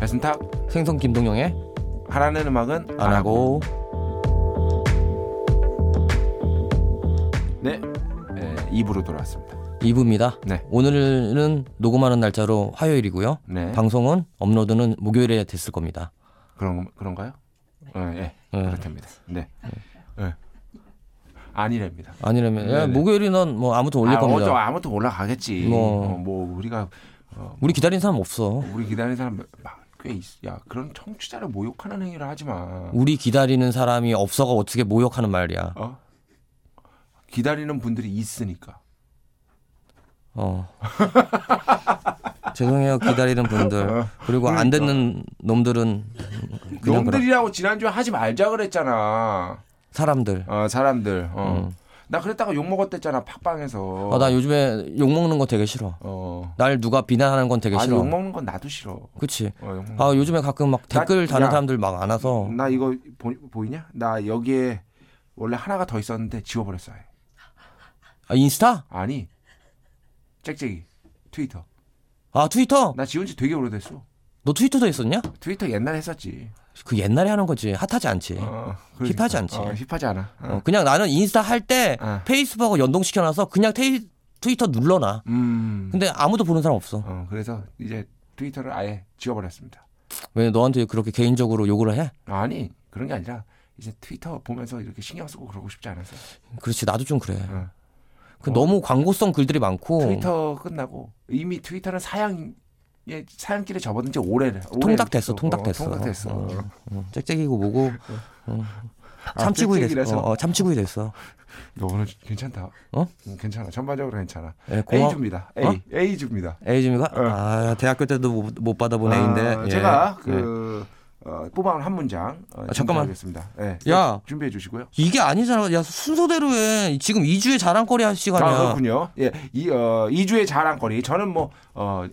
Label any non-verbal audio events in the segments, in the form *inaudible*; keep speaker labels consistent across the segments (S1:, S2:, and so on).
S1: 배순탁
S2: 생선 김동영의
S1: 하라는 음악은
S2: 안 하고
S1: 네 에, 2부로 돌아왔습니다.
S2: 2부입니다.
S1: 네.
S2: 오늘은 녹음하는 날짜로 화요일이고요.
S1: 네
S2: 방송은 업로드는 목요일에 됐을 겁니다.
S1: 그런 그런가요? 예 예,
S2: 예.
S1: 그렇답니다. 네 예. 아니랍니다.
S2: 아니라면 예,
S1: 네네.
S2: 목요일이 난뭐 아무튼 올릴
S1: 아,
S2: 겁니다.
S1: 어쩌- 아무튼 올라가겠지.
S2: 뭐.
S1: 어, 뭐 우리가 어,
S2: 우리 기다리는 사람 없어.
S1: 우리 기다리는 사람 막 꽤 있어. 야 그런 청취자를 모욕하는 행위를 하지 마.
S2: 우리 기다리는 사람이 없어가 어떻게 모욕하는 말이야.
S1: 어? 기다리는 분들이 있으니까.
S2: 어. *laughs* 죄송해요 기다리는 분들 그리고
S1: 그러니까.
S2: 안 듣는 놈들은 그냥 그런
S1: 놈들이라고 지난주에 하지 말자 그랬잖아.
S2: 사람들.
S1: 어, 사람들. 어.
S2: 음.
S1: 나 그랬다가 욕 먹었댔잖아 팟빵에서.
S2: 아, 나 요즘에 욕 먹는 거 되게 싫어.
S1: 어.
S2: 날 누가 비난하는 건 되게
S1: 아,
S2: 싫어.
S1: 욕 먹는 건 나도 싫어. 어,
S2: 그치.
S1: 욕 먹는
S2: 아 요즘에 가끔 막
S1: 나-
S2: 댓글 다는
S1: 야.
S2: 사람들 막 안 와서
S1: 나 이거 보, 보이냐? 나 여기에 원래 하나가 더 있었는데 지워버렸어. 아예.
S2: 아, 인스타?
S1: 아니, 짹짹이 트위터.
S2: 아 트위터?
S1: 나 지운 지 되게 오래됐어.
S2: 너 트위터도 했었냐?
S1: 트위터 옛날에 했었지.
S2: 그 옛날에 하는 거지 핫하지 않지.
S1: 어,
S2: 예? 힙하지 않지.
S1: 어, 힙하지 않아. 어.
S2: 어, 그냥 나는 인스타 할 때
S1: 아.
S2: 페이스북하고 연동시켜놔서 그냥 테이, 트위터 눌러놔.
S1: 음.
S2: 근데 아무도 보는 사람 없어.
S1: 어, 그래서 이제 트위터를 아예 지워버렸습니다.
S2: 왜 너한테 그렇게 개인적으로 욕을 해?
S1: 아니 그런 게 아니라 이제 트위터 보면서 이렇게 신경 쓰고 그러고 싶지 않아서
S2: 그렇지 나도 좀 그래.
S1: 어.
S2: 그
S1: 어.
S2: 너무 광고성 글들이 많고
S1: 트위터 끝나고 이미 트위터는 사양 예, 사양길에 접어든 지 오래래. 오래 됐어.
S2: 통닭됐어, 통닭됐어.
S1: 어, 통닭됐어.
S2: 어. 어, 짹짹이고 뭐고 어, 참치구이 됐어.
S1: 아, 짹짹이라서?
S2: 어, 어, 참치구이 됐어.
S1: 너 오늘 괜찮다.
S2: 어?
S1: 응, 괜찮아. 전반적으로 괜찮아.
S2: 예,
S1: A
S2: 고마워.
S1: 줍니다. A
S2: 어?
S1: A 줍니다.
S2: 에이즈미가 아 대학교 때도 못, 못 받아본 애인데
S1: 아,
S2: 예.
S1: 제가
S2: 예.
S1: 그 어, 뽑아온 한 문장 어,
S2: 잠깐만.
S1: 겠습니다 예,
S2: 야.
S1: 준비해 주시고요.
S2: 이게 아니잖아. 야 순서대로 해. 지금 2주의 자랑거리 할
S1: 아,
S2: 시간이야.
S1: 그렇군요. 예, 이 어, 2주의 자랑거리. 저는 뭐 어,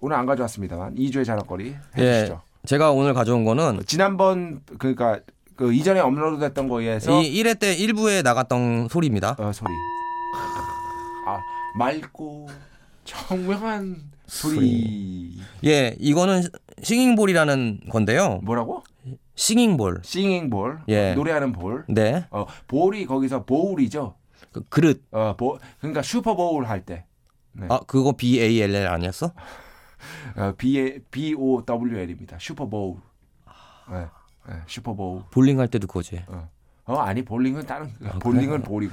S1: 오늘 안 가져왔습니다만 2주의 자랑거리
S2: 예.
S1: 해주시죠.
S2: 제가 오늘 가져온 거는
S1: 지난번 그러니까 그 이전에 업로드됐던 거에서
S2: 이 1회 때 1부에 나갔던 소리입니다.
S1: 어, 소리. 아, 맑고 청명한 소리.
S2: 예, 이거는 싱잉볼이라는 건데요.
S1: 뭐라고?
S2: 싱잉볼.
S1: 싱잉 볼.
S2: 예.
S1: 어, 노래하는 볼.
S2: 네.
S1: 어, 볼이 거기서 보울이죠.
S2: 그, 그릇.
S1: 어, 보, 그러니까 슈퍼 보울 할 때. 네.
S2: 아, 그거 B A L L 아니었어?
S1: 어, B B O W L입니다. 슈퍼 보울.
S2: 아.
S1: 예. 예, 슈퍼 보울.
S2: 볼링 할 때도 그거지.
S1: 어. 어, 아니 볼링은 다른 볼링은 볼이고.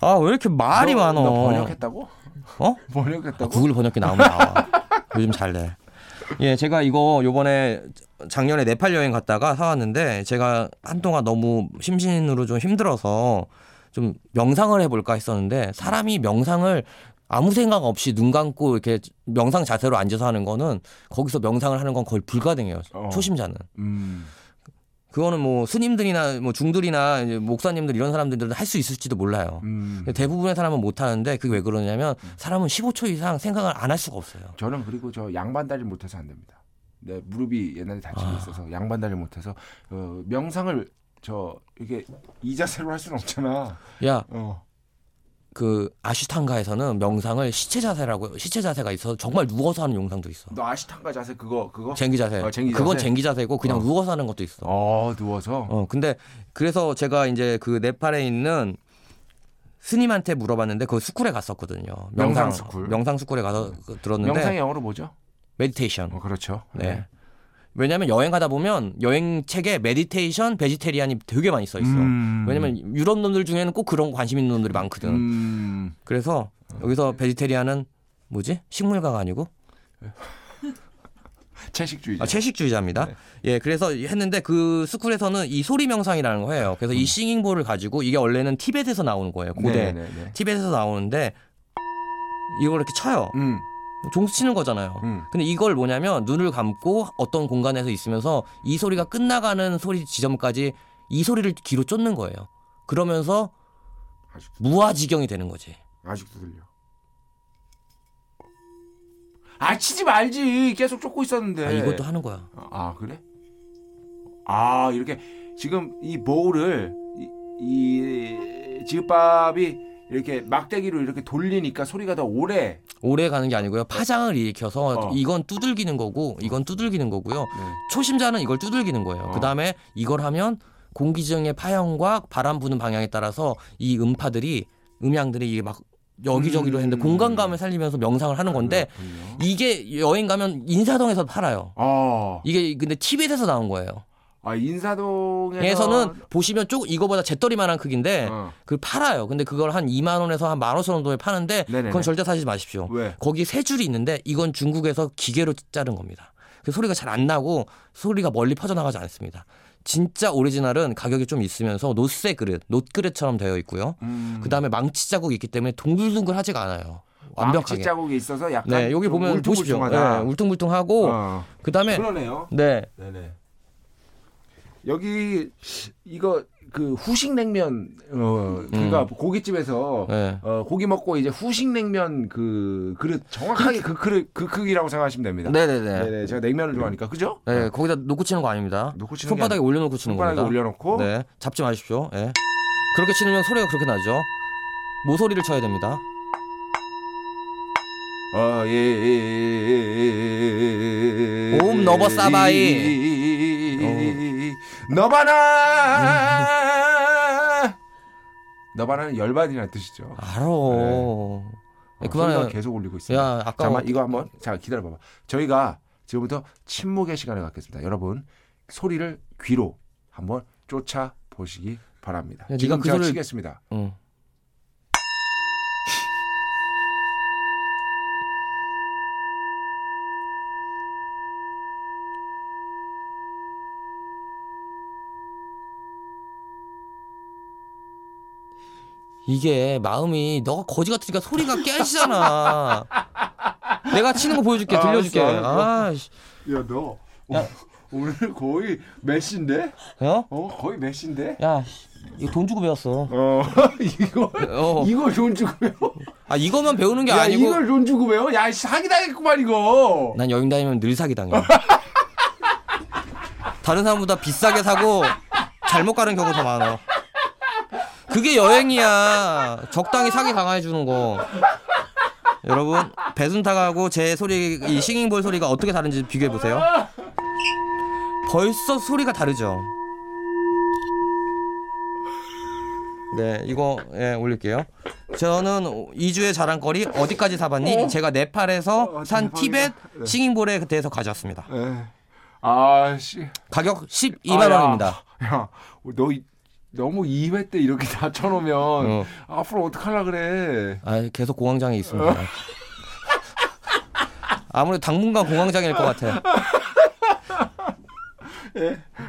S2: 아, 왜 이렇게 말이
S1: 너-
S2: 많어?
S1: 너 번역했다고? *laughs*
S2: 어? 아,
S1: 번역했다고?
S2: 구글 번역기 나오면
S1: *laughs*
S2: 나와. 요즘 잘 돼. 예, 제가 이거 요번에 작년에 네팔 여행 갔다가 사왔는데 제가 한동안 너무 심신으로 좀 힘들어서 좀 명상을 해볼까 했었는데 사람이 명상을 아무 생각 없이 눈 감고 이렇게 명상 자세로 앉아서 하는 거는 거기서 명상을 하는 건 거의 불가능해요.
S1: 어.
S2: 초심자는.
S1: 음.
S2: 그거는 뭐 스님들이나 뭐 중들이나 이제 목사님들 이런 사람들은 할 수 있을지도 몰라요.
S1: 음.
S2: 대부분의 사람은 못 하는데 그게 왜 그러냐면 사람은 15초 이상 생각을 안 할 수가 없어요.
S1: 저는 그리고 저 양반다리 못해서 안 됩니다. 내 무릎이 옛날에 다친
S2: 아.
S1: 게 있어서 양반다리 못해서 어, 명상을 저 이게 이 자세로 할 수는 없잖아.
S2: 야,
S1: 어.
S2: 그 아슈탄가에서는 명상을 시체 자세라고 시체 자세가 있어서 정말 누워서 하는 영상도 있어.
S1: 너 아시탄가 자세 그거 그거.
S2: 쟁기 자세.
S1: 어, 쟁기
S2: 그건
S1: 자세?
S2: 쟁기 자세고 그냥
S1: 어.
S2: 누워서 하는 것도 있어.
S1: 어 누워서.
S2: 어, 근데 그래서 제가 이제 그 네팔에 있는 스님한테 물어봤는데 그 스쿨에 갔었거든요.
S1: 명상 스쿨. 음.
S2: 명상 스쿨에 가서 그 들었는데
S1: 명상 영어로 뭐죠?
S2: 메디테이션.
S1: 어 그렇죠.
S2: 네. 왜냐면 여행 가다 보면 여행 책에 메디테이션, 베지테리안이 되게 많이 써 있어.
S1: 음.
S2: 왜냐면 유럽 놈들 중에는 꼭 그런 거 관심 있는 놈들이 많거든.
S1: 음.
S2: 그래서
S1: 네.
S2: 여기서 베지테리안은 뭐지? 식물가가 아니고
S1: 채식주의자.
S2: 아, 채식주의자입니다.
S1: 네.
S2: 예, 그래서 했는데 그 스쿨에서는 이 소리 명상이라는 거예요. 그래서 이 싱잉볼을 가지고 이게 원래는 티벳에서 나오는 거예요. 고대
S1: 음. 네네네.
S2: 티벳에서 나오는데 이걸 이렇게 쳐요.
S1: 음.
S2: 종수 치는 거잖아요.
S1: 음.
S2: 근데 이걸 뭐냐면 눈을 감고 어떤 공간에서 있으면서 이 소리가 끝나가는 소리 지점까지 이 소리를 귀로 쫓는 거예요. 그러면서
S1: 아직도
S2: 무아지경이 되는 거지.
S1: 아직도 들려. 아 치지 말지. 계속 쫓고 있었는데.
S2: 아, 이것도 하는 거야.
S1: 아 그래? 아 이렇게 지금 이 모를 이, 이 지읍밥이 이렇게 막대기로 이렇게 돌리니까 소리가 더 오래 네.
S2: 오래 가는 게 아니고요. 파장을 일으켜서
S1: 어.
S2: 이건 두들기는 거고 이건 두들기는 거고요. 초심자는 이걸 두들기는 거예요.
S1: 어.
S2: 그다음에 이걸 하면 공기 중의 파형과 바람 부는 방향에 따라서 이 음파들이 음향들이 이게 막 여기저기로 했는데
S1: 음.
S2: 공간감을 살리면서 명상을 하는
S1: 네,
S2: 건데
S1: 그렇군요.
S2: 이게 여행 가면 인사동에서 팔아요.
S1: 어.
S2: 이게 근데 티벳에서 나온 거예요.
S1: 아 인사동에서
S2: 에서는 보시면 쭉 이거보다 잿더리만한 크기인데
S1: 어.
S2: 그걸 팔아요. 근데 그걸 한 2만 원에서 한 15,000원 정도에 파는데
S1: 네네네.
S2: 그건 절대 사지 마십시오.
S1: 왜?
S2: 거기 세 줄이 있는데 이건 중국에서 기계로 자른 겁니다. 그 소리가 잘 안 나고 소리가 멀리 퍼져나가지 않습니다. 진짜 오리지널은 가격이 좀 있으면서 노쇠 그릇, 놋 그릇처럼 되어 있고요.
S1: 음,
S2: 그 다음에 망치 자국이 있기 때문에 동글동글하지가 않아요.
S1: 망치
S2: 완벽하게.
S1: 자국이 있어서 약간
S2: 네, 여기
S1: 좀
S2: 보면 보십시오.
S1: 울퉁불퉁하다.
S2: 네, 울퉁불퉁하고
S1: 어.
S2: 그 다음에
S1: 그러네요.
S2: 네
S1: 네네. 여기 이거 그 후식 냉면 어 그러니까 고깃집에서
S2: 음. 네.
S1: 어 고기 먹고 이제 후식 냉면 그 그릇 정확하게 그 그릇 그 크기라고 생각하시면 됩니다.
S2: 네네네.
S1: 네네 제가 냉면을 좋아하니까 그죠?
S2: 네, 거기다 놓고 치는 거 아닙니다.
S1: 놓고 치는 게
S2: 손바닥에 올려놓고 치는
S1: 손바닥에
S2: 겁니다.
S1: 올려놓고
S2: 네, 잡지 마십시오. 예. 그렇게 치면 소리가 그렇게 나죠. 모서리를 쳐야 됩니다.
S1: 어예옴
S2: 옴 너버 사바이.
S1: 너바나 너바나는 열반이라는 뜻이죠.
S2: 알아.
S1: 어, 소리가
S2: 그만해.
S1: 계속 올리고 있어요.
S2: 야, 아까
S1: 잠깐만 이거 한번 잠깐 기다려봐봐. 저희가 지금부터 침묵의 시간을 갖겠습니다. 여러분 소리를 귀로 한번 쫓아 보시기 바랍니다.
S2: 야, 네가
S1: 지금
S2: 그
S1: 제가
S2: 소리를-
S1: 치겠습니다.
S2: 응. 이게 마음이 너가 거지 같으니까 소리가 깨지잖아. *laughs* 내가 치는 거 보여줄게,
S1: 아,
S2: 들려줄게.
S1: 알았어, 알았어.
S2: 아, 씨.
S1: 야너 오늘 거의 메신데?
S2: 어?
S1: 어 거의 메신데?
S2: 야, 씨. 이거 돈 주고 배웠어.
S1: 어 *laughs* 이걸
S2: 어.
S1: 이걸 돈 주고 배워?
S2: 아, 이것만 배우는 게
S1: 야
S2: 아니고.
S1: 이걸 돈 주고 배워? 야 사기 당했구만 이거.
S2: 난 여행 다니면 늘 사기 당해. 다른 사람보다 비싸게 사고 잘못 가는 경우가 더 많아. 그게 여행이야. 적당히 사기 당해 주는 거. 여러분 배순탁하고 제 소리 이 싱잉볼 소리가 어떻게 다른지 비교해 보세요. 벌써 소리가 다르죠. 네, 이거 예, 올릴게요. 저는 2주의 자랑거리 어디까지 아, 사봤니? 제가 네팔에서 네.
S1: 어,
S2: 산
S1: 대박이다.
S2: 티벳 싱잉볼에 대해서 가져왔습니다.
S1: 에. 아씨.
S2: 가격 12만
S1: 아, 야.
S2: 원입니다.
S1: 야, 너 이- 너무 2회 때 이렇게 *laughs* 다쳐놓으면
S2: 어.
S1: 앞으로 어떡하려 그래.
S2: 아, 계속 공황장애 있습니다. 아무래도 당분간 공황장애일 것 같아.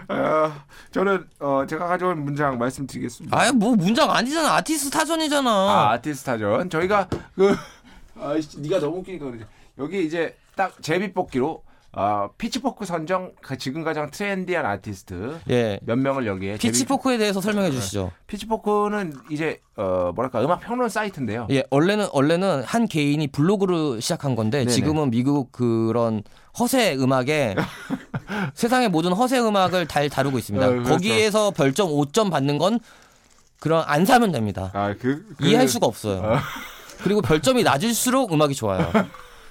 S1: 아, 저는 어, 제가 가져온 문장 말씀드리겠습니다.
S2: 아, 뭐 문장 아니잖아. 아티스트 타전이잖아.
S1: 아, 아티스타전. 저희가 그 아이씨, 네가 너무 웃기니까 그러지. 여기 이제 딱 제비뽑기로 아, 피치포크 선정 가- 지금 가장 트렌디한 아티스트
S2: 예.
S1: 몇 명을 여기에 제비-
S2: 피치포크에 대해서
S1: 네.
S2: 설명해 주시죠.
S1: 피치포크는 이제 어, 뭐랄까 음악 평론 사이트인데요.
S2: 예, 원래는 원래는 한 개인이 블로그를 시작한 건데
S1: 네네.
S2: 지금은 미국 그런 허세
S1: *laughs*
S2: 음악에 세상의 모든 허세 음악을 잘 다루고 있습니다.
S1: 어, 그렇죠.
S2: 거기에서 별점 5점 받는 건 그런 안 사면 됩니다.
S1: 아, 그, 그-
S2: 이해할 수가 없어요. 그리고 별점이 낮을수록
S1: *laughs*
S2: 음악이 좋아요.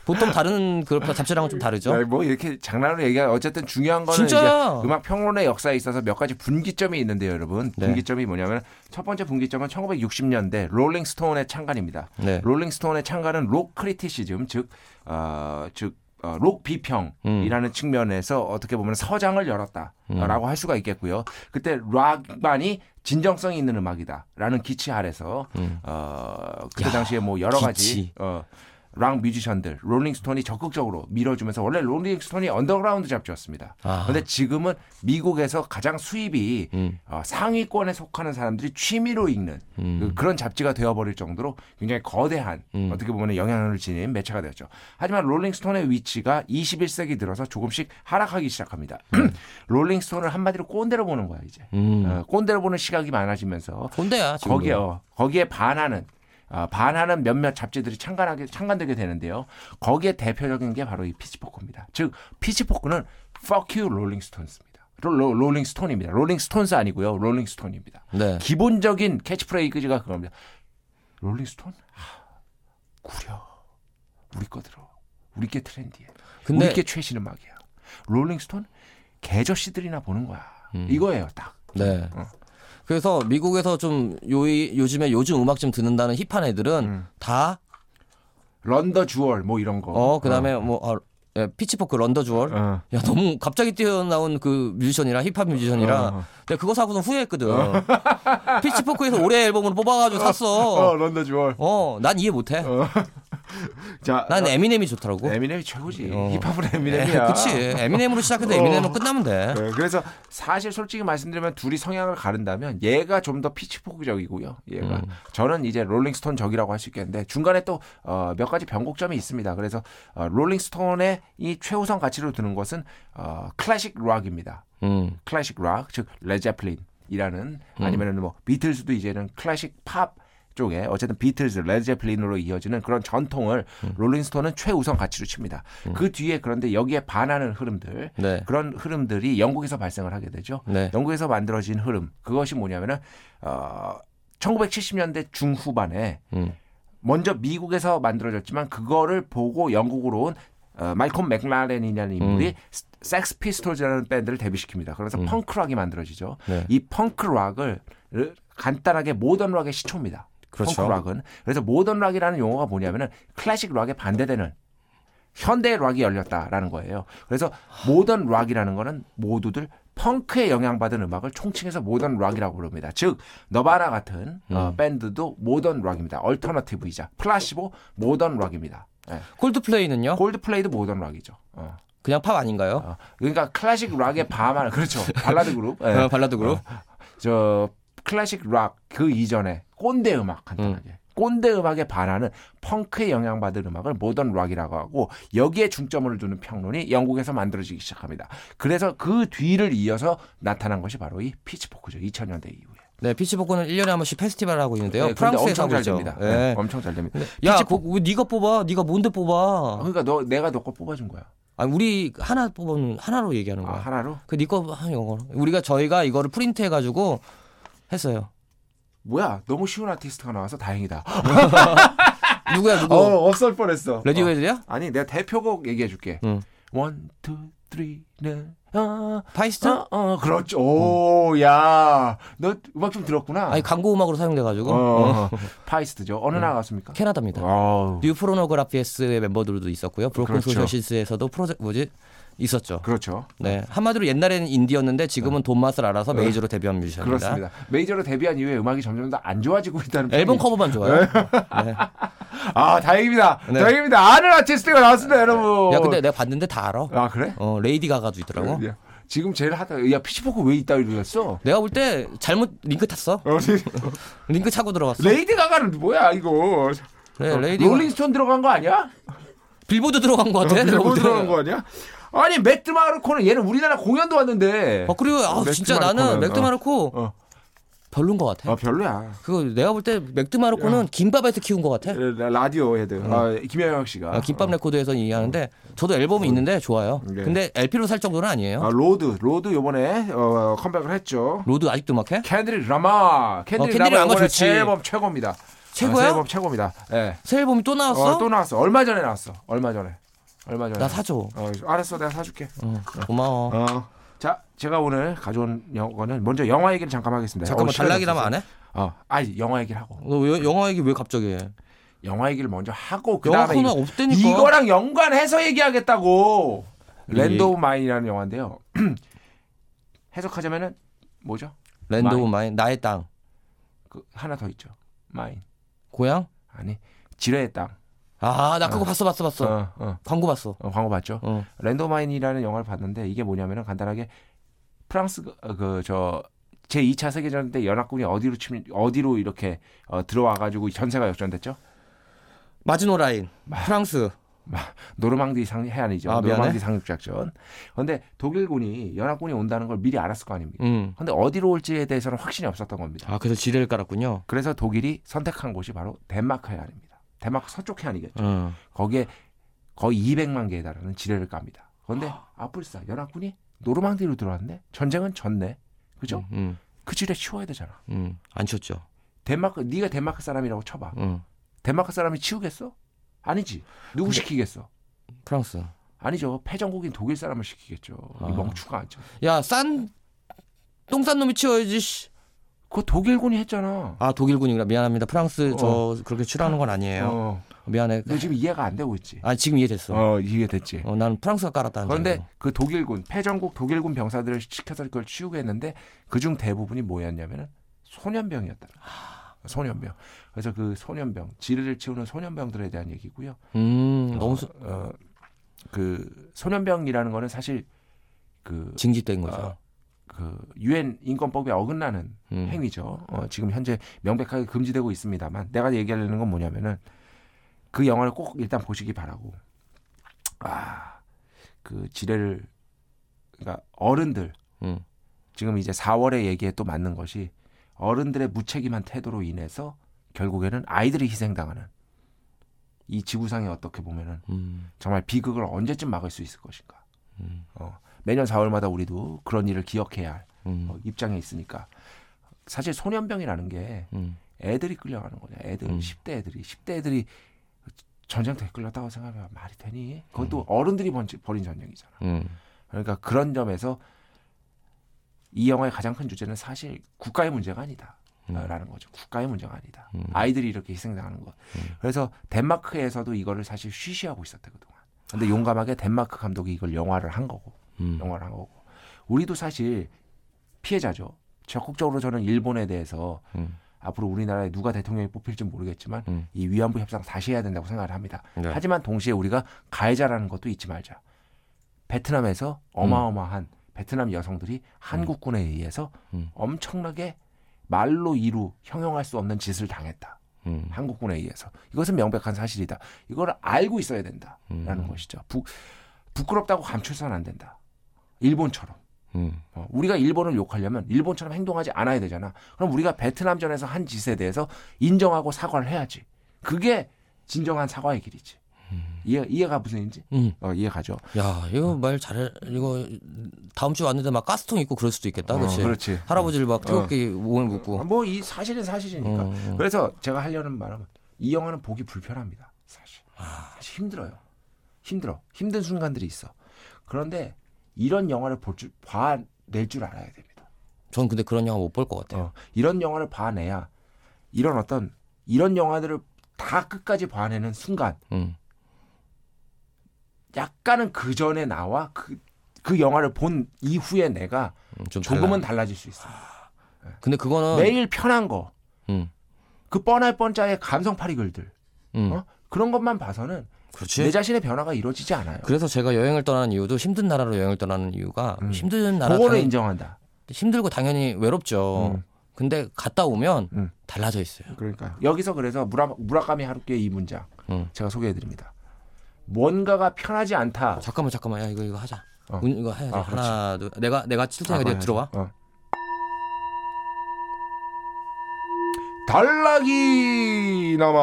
S2: 보통 다른 그 잡지랑은 좀 다르죠.
S1: 아니, 뭐 이렇게 장난으로 얘기하면 어쨌든 중요한 거는
S2: 진짜야.
S1: 이제 음악 평론의 역사에 있어서 몇 가지 분기점이 있는데요, 여러분.
S2: 네.
S1: 분기점이 뭐냐면 첫 번째 분기점은 1960년대 롤링스톤의 창간입니다.
S2: 네.
S1: 롤링스톤의 창간은 록 크리티시즘 즉 어, 즉 어, 록
S2: 음.
S1: 비평이라는 측면에서 어떻게 보면 서장을 열었다라고 할 수가 있겠고요. 그때 락반이 진정성이 있는 음악이다라는 기치 아래서
S2: 음.
S1: 어, 그때 당시에 뭐 여러 가지
S2: 기치.
S1: 어, 락 뮤지션들 롤링스톤이 적극적으로 밀어주면서 원래 롤링스톤이 언더그라운드 잡지였습니다.
S2: 아.
S1: 근데 지금은 미국에서 가장 수입이
S2: 음.
S1: 어, 상위권에 속하는 사람들이 취미로 읽는 그, 런 잡지가 되어버릴 정도로 굉장히 거대한
S2: 음.
S1: 어떻게 보면 영향을 지닌 매체가 되었죠. 하지만 롤링스톤의 위치가 21세기 들어서 조금씩 하락하기 시작합니다. *clears throat* 롤링스톤을 한마디로 꼰대로 보는 거야 이제.
S2: 음.
S1: 어, 꼰대로 보는 시각이 많아지면서
S2: 꼰대야 지금.
S1: 거기에 어, 거기에 반하는 아, 반하는 몇몇 잡지들이 창간하게 창간되게 되는데요. 거기에 대표적인 게 바로 이 피치포크입니다. 즉 피치포크는 fuck you 롤링스톤스입니다. 로- 롤링스톤입니다. 롤링스톤스 아니고요. 롤링스톤입니다.
S2: 네.
S1: 기본적인 캐치프레이즈가 그겁니다. 롤링스톤? 하, 구려. 우리 거 들어. 우리 게 트렌디해.
S2: 근데
S1: 우리 게 최신 음악이야. 롤링스톤? 개저씨들이나 보는 거야.
S2: 음.
S1: 이거예요, 딱.
S2: 네.
S1: 어.
S2: 그래서 미국에서 좀 요이 요즘에 요즘 음악 좀 듣는다는 힙한 애들은
S1: 음.
S2: 다
S1: 런더 주얼 뭐 이런 거.
S2: 어, 그다음에 뭐 어, 예, 피치포크 런더 주얼.
S1: 어.
S2: 야 너무 갑자기 뛰어나온 그 뮤지션이라 힙합 뮤지션이라
S1: 어.
S2: 내가 그거 사고선 후회했거든. *laughs* 피치포크에서 올해 앨범으로 뽑아가지고
S1: 어,
S2: 샀어.
S1: 런더 주얼.
S2: 어, 난 이해 못해.
S1: 자,
S2: 난 에미넴이 좋더라고.
S1: 에미넴이 최고지.
S2: 뭐 어.
S1: 힙합은 에미넴이야. 어.
S2: 그치. 에미넴으로 시작해도 에미넴으로 끝나면 돼.
S1: 네, 그래서 사실 솔직히 말씀드리면 둘이 성향을 가른다면 얘가 좀 더 피치포크적이고요. 얘가
S2: 음.
S1: 저는 이제 롤링스톤 적이라고 할 수 있겠는데 중간에 또 어, 몇 가지 변곡점이 있습니다. 그래서 어, 롤링스톤의 이 최우선 가치로 드는 것은 어, 클래식 락입니다.
S2: 음.
S1: 클래식 락, 즉 레제플린이라는 아니면은 뭐 비틀즈도 이제는 클래식 팝 쪽에 어쨌든 비틀즈, 레제플린으로 이어지는 그런 전통을
S2: 음.
S1: 롤링스톤은 최우선 가치로 칩니다. 그 뒤에 그런데 여기에 반하는 흐름들
S2: 네.
S1: 그런 흐름들이 영국에서 발생을 하게 되죠.
S2: 네.
S1: 영국에서 만들어진 흐름 그것이 뭐냐면은 어, 1970년대 중후반에
S2: 음.
S1: 먼저 미국에서 만들어졌지만 그거를 보고 영국으로 온 어, 마이콘 맥라렌이라는
S2: 음.
S1: 인물이 스- 섹스 피스톨즈라는 밴드를 데뷔시킵니다. 그래서 펑크락이 만들어지죠.
S2: 음. 네.
S1: 이 펑크락을 간단하게 모던 락의 시초입니다.
S2: 그렇죠.
S1: 펑크락은 그래서 모던 락이라는 용어가 뭐냐면은 클래식 락에 반대되는 현대 락이 열렸다라는 거예요. 그래서 모던 락이라는 거는 모두들 펑크에 영향받은 음악을 총칭해서 모던 락이라고 부릅니다. 즉 너바나 같은 어, 밴드도 모던 락입니다. 얼터너티브이자 플라시보 모던 락입니다. 예.
S2: 콜드플레이는요?
S1: 골드플레이도 모던 락이죠. 어.
S2: 그냥 팝 아닌가요?
S1: 어. 그러니까 클래식 락의 *laughs* 밤하는 그렇죠. 발라드 그룹. 예.
S2: 어, 발라드 그룹.
S1: 저 클래식 락 그 이전에 꼰대 음악 간단하게 꼰대 음악에 반하는 펑크에 영향받은 음악을 모던 락이라고 하고 여기에 중점을 두는 평론이 영국에서 만들어지기 시작합니다. 그래서 그 뒤를 이어서 나타난 것이 바로 이 피치포크죠. 2000년대 이후에.
S2: 네, 피치포크는 1년에 한 번씩 페스티벌 하고 있는데요.
S1: 네, 근데 엄청
S2: 프랑스에서 하고
S1: 잘
S2: 있죠.
S1: 됩니다.
S2: 예.
S1: 네, 엄청 잘 됩니다.
S2: 야,
S1: 피치포크-
S2: 그, 왜 네가 뽑아? 네가 뭔데 뽑아?
S1: 그러니까 너 내가 너 거 뽑아준 거야.
S2: 아니, 우리 하나 뽑은 하나로 얘기하는
S1: 아,
S2: 거야.
S1: 하나로?
S2: 그 네거 영어로. 우리가 저희가 이거를 프린트해 가지고 했어요.
S1: 뭐야? 너무 쉬운 아티스트가 나와서 다행이다. 어,
S2: 누구야 누구?
S1: 없을 뻔했어. 어.
S2: 어. 레디웨이드야? 음.
S1: 아니 내가 대표곡 얘기해 줄게.
S2: 응.
S1: 원, 투, 쓰리, 네. 아,
S2: 파이스트?
S1: 어, 어, 그렇죠. 오, 야. 너 음악 좀 들었구나.
S2: 아니 광고 음악으로 사용돼 가지고
S1: 어, 어. 파이스트죠. 어느 나라 갔습니까?
S2: 캐나다입니다.
S1: 아우.
S2: 네. 뉴 프로노그라피에스의 멤버들도 있었고요. 브로큰
S1: 그렇죠.
S2: 소셜시스에서도 프로젝 뭐지 있었죠.
S1: 그렇죠. 네.
S2: 네 한마디로 옛날에는 인디였는데 지금은 돈 맛을 알아서 메이저로 데뷔한 뮤지션입니다.
S1: 그렇습니다. 메이저로 데뷔한 이후에 음악이 점점 더 안 좋아지고 있다는
S2: 앨범
S1: 평이-
S2: 커버만 좋아요. 네.
S1: 아, 다행입니다.
S2: 네.
S1: 다행입니다. 아는 아티스트가 나왔습니다, 여러분.
S2: 야 근데 내가 봤는데 다 알아.
S1: 아, 그래?
S2: 어 레이디 가가도 있더라고.
S1: 야, 지금 제일 하다. 야, 피치포크 왜 이따 이러겠어?
S2: 내가 볼 때 잘못 링크 탔어. 네. 링크 차고
S1: *laughs*
S2: 들어갔어.
S1: 레이디 가가는 뭐야, 이거. 어,
S2: 네, 레이디 가
S1: 롤링스톤 들어간 거 아니야?
S2: 빌보드 들어간 것 같아. 내가
S1: 뭐
S2: 볼 때는.
S1: 들어간 거 아니야? 아니 매트 마르코는 얘는 우리나라 공연도 왔는데.
S2: 어 그리고 아
S1: 맥주
S2: 진짜
S1: 마르코는,
S2: 나는
S1: 어.
S2: 맥드마르코
S1: 어.
S2: 별론 것 같아.
S1: 아 별로야.
S2: 그거 내가 볼 때 맥드마르코는 김밥에서 키운 것 같아.
S1: 네, 라- 라디오 헤드. 아, 김영혁 씨가.
S2: 음. 아, 김밥 레코드에서 얘기하는데 저도 앨범이 있는데 좋아요.
S1: 어. 네.
S2: 근데 LP로 살 정도는 아니에요.
S1: 아, 로드 로드 요번에 어, 컴백을 했죠.
S2: 로드 아직도 막 해?
S1: 캔드리 라마. 캔드리
S2: 어, 캔드리 라마
S1: 라마 이번에
S2: 좋지.
S1: 새 앨범 최고입니다.
S2: 최고야?
S1: 아, 새 앨범 최고입니다. 예.
S2: 새 앨범이 또
S1: 어,
S2: 나왔어?
S1: 또 나왔어. 얼마 전에 나왔어. 얼마 전에. 얼마 전에.
S2: 나 사줘.
S1: 어, 알았어. 내가 사줄게.
S2: 어, 고마워.
S1: 어. 자, 제가 오늘 가져온 영화는 먼저 영화 얘기를 잠깐 하겠습니다.
S2: 잠깐만
S1: 어, 시간이
S2: 달락이라면 안
S1: 없어서.
S2: 해?
S1: 어, 아니 영화 얘기를 하고.
S2: 너 왜, 영화 얘기 왜 갑자기 해?
S1: 영화 얘기를 먼저 하고
S2: 영화
S1: 그다음에
S2: 코너
S1: 이거-
S2: 없다니까. 예.
S1: 이거랑 연관해서 얘기하겠다고.
S2: 이-
S1: 랜드 오브 마인이라는 영화인데요. *clears throat* 해석하자면은 뭐죠?
S2: 랜드 오브
S1: 마인.
S2: 마인 나의 땅
S1: 그 하나 더 있죠. 마인
S2: 고향.
S1: 아니 지뢰의 땅.
S2: 아 나 그거 봤어 봤어 봤어.
S1: 어, 어.
S2: 광고 봤어.
S1: 어, 광고 봤죠?
S2: 어.
S1: 랜드 오브 마인이라는 영화를 봤는데 이게 뭐냐면은 간단하게 프랑스 어, 그 그저제 2차 세계전 때 연합군이 어디로 침 어디로 이렇게 어, 들어와 가지고 전세가 역전됐죠?
S2: 마지노 라인 프랑스.
S1: 노르망디 상 해안이죠.
S2: 아, 미안해.
S1: 노르망디 상륙작전. 근데 독일군이 연합군이 온다는 걸 미리 알았을 거 아닙니까?
S2: 음.
S1: 근데 어디로 올지에 대해서는 확신이 없었던 겁니다.
S2: 아 그래서 지뢰를 깔았군요.
S1: 그래서 독일이 선택한 곳이 바로 덴마크 해안입니다. 덴마크 서쪽 해안이겠죠. 그,
S2: 어. 아.
S1: 거기에 거의 200만 개에 달하는 지뢰를 깝니다. 그런데 아뿔싸 아, 연합군이 노르망디로 들어왔네. 전쟁은 졌네. 그죠?
S2: 음,
S1: 그 지뢰 치워야 되잖아.
S2: 음. 안 쳤죠.
S1: 덴마크 네가 덴마크 사람이라고 쳐봐.
S2: 음.
S1: 덴마크 사람이 치우겠어? 아니지. 누구
S2: 근데-
S1: 시키겠어?
S2: 프랑스.
S1: 아니죠. 패전국인 독일 사람을 시키겠죠.
S2: 아.
S1: 이 멍충아 아니죠.
S2: 야, 싼, 똥 싼 놈이 치워야지, 씨.
S1: 그거 독일군이 했잖아.
S2: 아, 독일군이라 미안합니다. 프랑스 저 그렇게 싫어하는 건 아니에요.
S1: 어.
S2: 미안해.
S1: 너 지금 이해가 안 되고 있지.
S2: 아, 지금 이해됐어.
S1: 어, 이해됐지.
S2: 어, 난 프랑스가 깔았다는
S1: 그런데
S2: 생각으로.
S1: 그 독일군 패전국 독일군 병사들을 시켜서 그걸 치우게 했는데 그중 대부분이 뭐였냐면은 소년병이었다. 소년병. 그래서 그 소년병 지뢰를 치우는 소년병들에 대한 얘기고요.
S2: 음,
S1: 어,
S2: 너무 수-
S1: 어, 그 소년병이라는 거는 사실 그
S2: 징집된 거죠.
S1: 아, 그 유엔 인권법에 어긋나는
S2: 음.
S1: 행위죠. 어, 지금 현재 명백하게 금지되고 있습니다만 내가 얘기하려는 건 뭐냐면은 그 영화를 꼭 일단 보시기 바라고. 아, 그 지뢰를 그러니까 어른들
S2: 음.
S1: 지금 이제 4월의 얘기에 또 맞는 것이 어른들의 무책임한 태도로 인해서 결국에는 아이들이 희생당하는 이 지구상에 어떻게 보면은
S2: 음.
S1: 정말 비극을 언제쯤 막을 수 있을 것인가.
S2: 음.
S1: 어, 매년 4월마다 우리도 그런 일을 기억해야 할
S2: 음.
S1: 어, 입장에 있으니까 사실 소년병이라는 게
S2: 음.
S1: 애들이 끌려가는 거냐 애들
S2: 음.
S1: 10대 애들이 10대 애들이 전쟁터에 끌렸다고 생각하면 말이 되니 그건 또 어른들이 번, 벌인 전쟁이잖아
S2: 음.
S1: 그러니까 그런 점에서 이 영화의 가장 큰 주제는 사실 국가의 문제가 아니다
S2: 음.
S1: 어, 라는 거죠 국가의 문제가 아니다
S2: 음.
S1: 아이들이 이렇게 희생당하는 것
S2: 음.
S1: 그래서 덴마크에서도 이거를 사실 쉬쉬하고 있었대 그동안 근데 용감하게 덴마크 감독이 이걸 영화를 한 거고
S2: 아. 음.
S1: 영화를 한 거고 우리도 사실 피해자죠. 적극적으로 저는 일본에 대해서
S2: 음.
S1: 앞으로 우리나라에 누가 대통령이 뽑힐지 모르겠지만
S2: 음.
S1: 이 위안부 협상 다시 해야 된다고 생각을 합니다.
S2: 네.
S1: 하지만 동시에 우리가 가해자라는 것도 잊지 말자. 베트남에서
S2: 음.
S1: 어마어마한 베트남 여성들이 한국군에 의해서
S2: 음.
S1: 엄청나게 말로 이루 형용할 수 없는 짓을 당했다.
S2: 음.
S1: 한국군에 의해서 이것은 명백한 사실이다. 이걸 알고 있어야 된다라는
S2: 음.
S1: 것이죠. 부, 부끄럽다고 감출선 안 된다. 일본처럼.
S2: 음.
S1: 어, 우리가 일본을 욕하려면 일본처럼 행동하지 않아야 되잖아. 그럼 우리가 베트남전에서 한 짓에 대해서 인정하고 사과를 해야지. 그게 진정한 사과의 길이지. 이해, 이해가 무슨 인지?
S2: 음.
S1: 어, 이해가죠.
S2: 야, 이거 말 잘해. 이거 다음 주에 왔는데 막 가스통 있고 그럴 수도 있겠다.
S1: 어,
S2: 그렇지.
S1: 그렇지. 어.
S2: 할아버지를 막 태극기 몸에 묶고.
S1: 뭐 이 사실은 사실이니까.
S2: 음, 음.
S1: 그래서 제가 하려는 말은 이 영화는 보기 불편합니다. 사실.
S2: 아.
S1: 사실 힘들어요. 힘들어. 힘든 순간들이 있어. 그런데 이런 영화를 볼 줄, 봐낼 줄 알아야 됩니다.
S2: 전 근데 그런 영화 못 볼 것 같아요.
S1: 어, 이런 영화를 봐내야 이런 어떤 이런 영화들을 다 끝까지 봐내는 순간
S2: 음.
S1: 약간은 그 전에 나와 그, 그 영화를 본 이후에 내가
S2: 음, 좀
S1: 조금은
S2: 달라. 아.
S1: 달라질 수 있어. 요
S2: 근데 그거는
S1: 매일 편한 거,
S2: 음.
S1: 그 뻔할 뻔짜의 감성 파리글들
S2: 음.
S1: 어? 그런 것만 봐서는
S2: 그렇지.
S1: 내 자신의 변화가 이루어지지 않아요.
S2: 그래서 제가 여행을 떠나는 이유도 힘든 나라로 여행을 떠나는 이유가
S1: 음.
S2: 힘든 나라
S1: 그거를
S2: 당연히
S1: 인정한다.
S2: 힘들고 당연히 외롭죠.
S1: 음.
S2: 근데 갔다 오면
S1: 음.
S2: 달라져 있어요.
S1: 그러니까 여기서 그래서 무라, 무라카미 하루키의 이 문장
S2: 음.
S1: 제가 소개해드립니다. 뭔가가 편하지 않다.
S2: 잠깐만 잠깐만 야 이거 이거 하자.
S1: 어.
S2: 운- 이거 해야지.
S1: 아, 그렇지.
S2: 하나 둘 내가 내가 칠 테니까
S1: 아,
S2: 이제 들어와.
S1: 어. 달락이 남아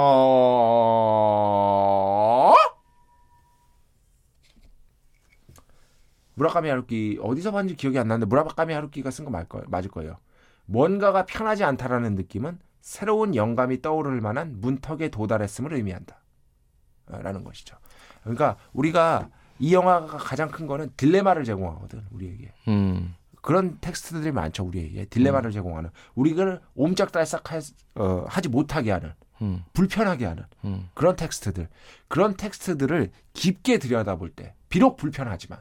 S1: 무라카미 하루키 어디서 봤는지 기억이 안 나는데 무라카미 하루키가 쓴 거 맞을 거예요. 맞을 거예요. 뭔가가 편하지 않다라는 느낌은 새로운 영감이 떠오를 만한 문턱에 도달했음을 의미한다. 어, 라는 것이죠. 그러니까 우리가 이 영화가 가장 큰 거는 딜레마를 제공하거든 우리에게.
S2: 음.
S1: 그런 텍스트들이 많죠 우리에게 딜레마를 제공하는 우리를 옴짝달싹 하, 어, 하지 못하게 하는
S2: 음.
S1: 불편하게 하는
S2: 음.
S1: 그런 텍스트들 그런 텍스트들을 깊게 들여다볼 때 비록 불편하지만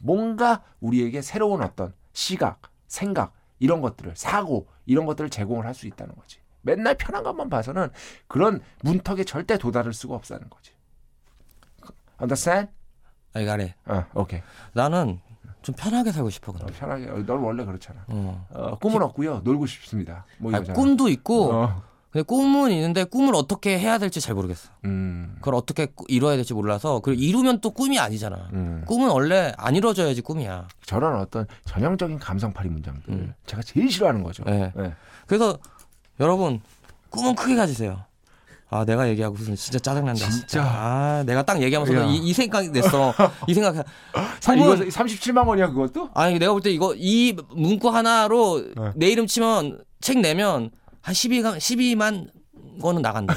S1: 뭔가 우리에게 새로운 어떤 시각 생각 이런 것들을 사고 이런 것들을 제공을 할 수 있다는 거지 맨날 편한 것만 봐서는 그런 문턱에 절대 도달할 수가 없다는 거지 understand?
S2: 아 이거 아래.
S1: 어, 오케이
S2: 나는 좀 편하게 살고 싶어
S1: 어,
S2: 근데.
S1: 편하게 어, 넌 원래 그렇잖아
S2: 어.
S1: 어, 꿈은 없고요. 놀고 싶습니다. 뭐
S2: 아,
S1: 이거잖아.
S2: 꿈도 있고
S1: 어.
S2: 근데 꿈은 있는데 꿈을 어떻게 해야 될지 잘 모르겠어.
S1: 음.
S2: 그걸 어떻게 꾸- 이뤄야 될지 몰라서 그리고 이루면 또 꿈이 아니잖아.
S1: 음.
S2: 꿈은 원래 안 이뤄져야지 꿈이야.
S1: 저런 어떤 전형적인 감성팔이 문장들
S2: 음.
S1: 네. 제가 제일 싫어하는 거죠.
S2: 예.
S1: 예.
S2: 그래서 여러분 꿈은 크게 가지세요. 아 내가 얘기하고 무슨 진짜 짜증난다.
S1: 진짜.
S2: 아 내가 딱 얘기하면서
S1: 야.
S2: 이, 이 생각이 됐어. 이 생각.
S1: 아,
S2: 성분-
S1: 이거 37만 원이야 그것도?
S2: 아니 내가 볼 때 이거 이 문구 하나로
S1: 네.
S2: 내 이름 치면 책 내면 한 12가 12만 거는
S1: *laughs*
S2: 나간다.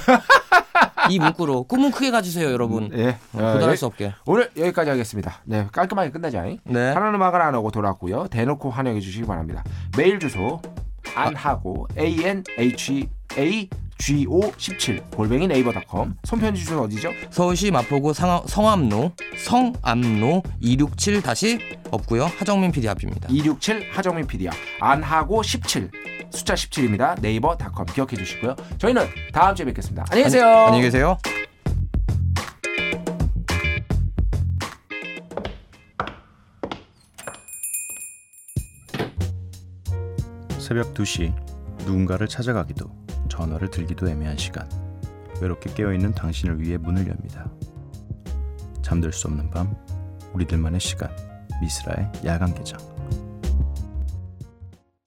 S2: 이 문구로 꿈은 크게 가주세요 여러분.
S1: 예.
S2: 어,
S1: 어,
S2: 도달할
S1: 예.
S2: 수 없게.
S1: 오늘 여기까지 하겠습니다. 네, 깔끔하게 끝나자. 잉
S2: 네.
S1: 하는 음악을 안 하고 돌아왔고요. 대놓고 환영해 주시기 바랍니다. 메일 주소 안 하고 a n h a g o 17 골뱅이 네이버닷컴 손편지 주소 어디죠?
S2: 서울시 마포구 상하, 성암로 성암로 267 다시 없고요. 하정민 PD 앞입니다.
S1: 267 하정민 PD야. 안 하고 17 숫자 17입니다. 네이버닷컴 기억해 주시고요. 저희는 다음 주에 뵙겠습니다. 안녕히 계세요.
S2: 안녕히 계세요.
S3: 새벽 2시 누군가를 찾아가기도 전화를 들기도 애매한 시간 외롭게 깨어있는 당신을 위해 문을 엽니다 잠들 수 없는 밤 우리들만의 시간 미스라의 야간 개장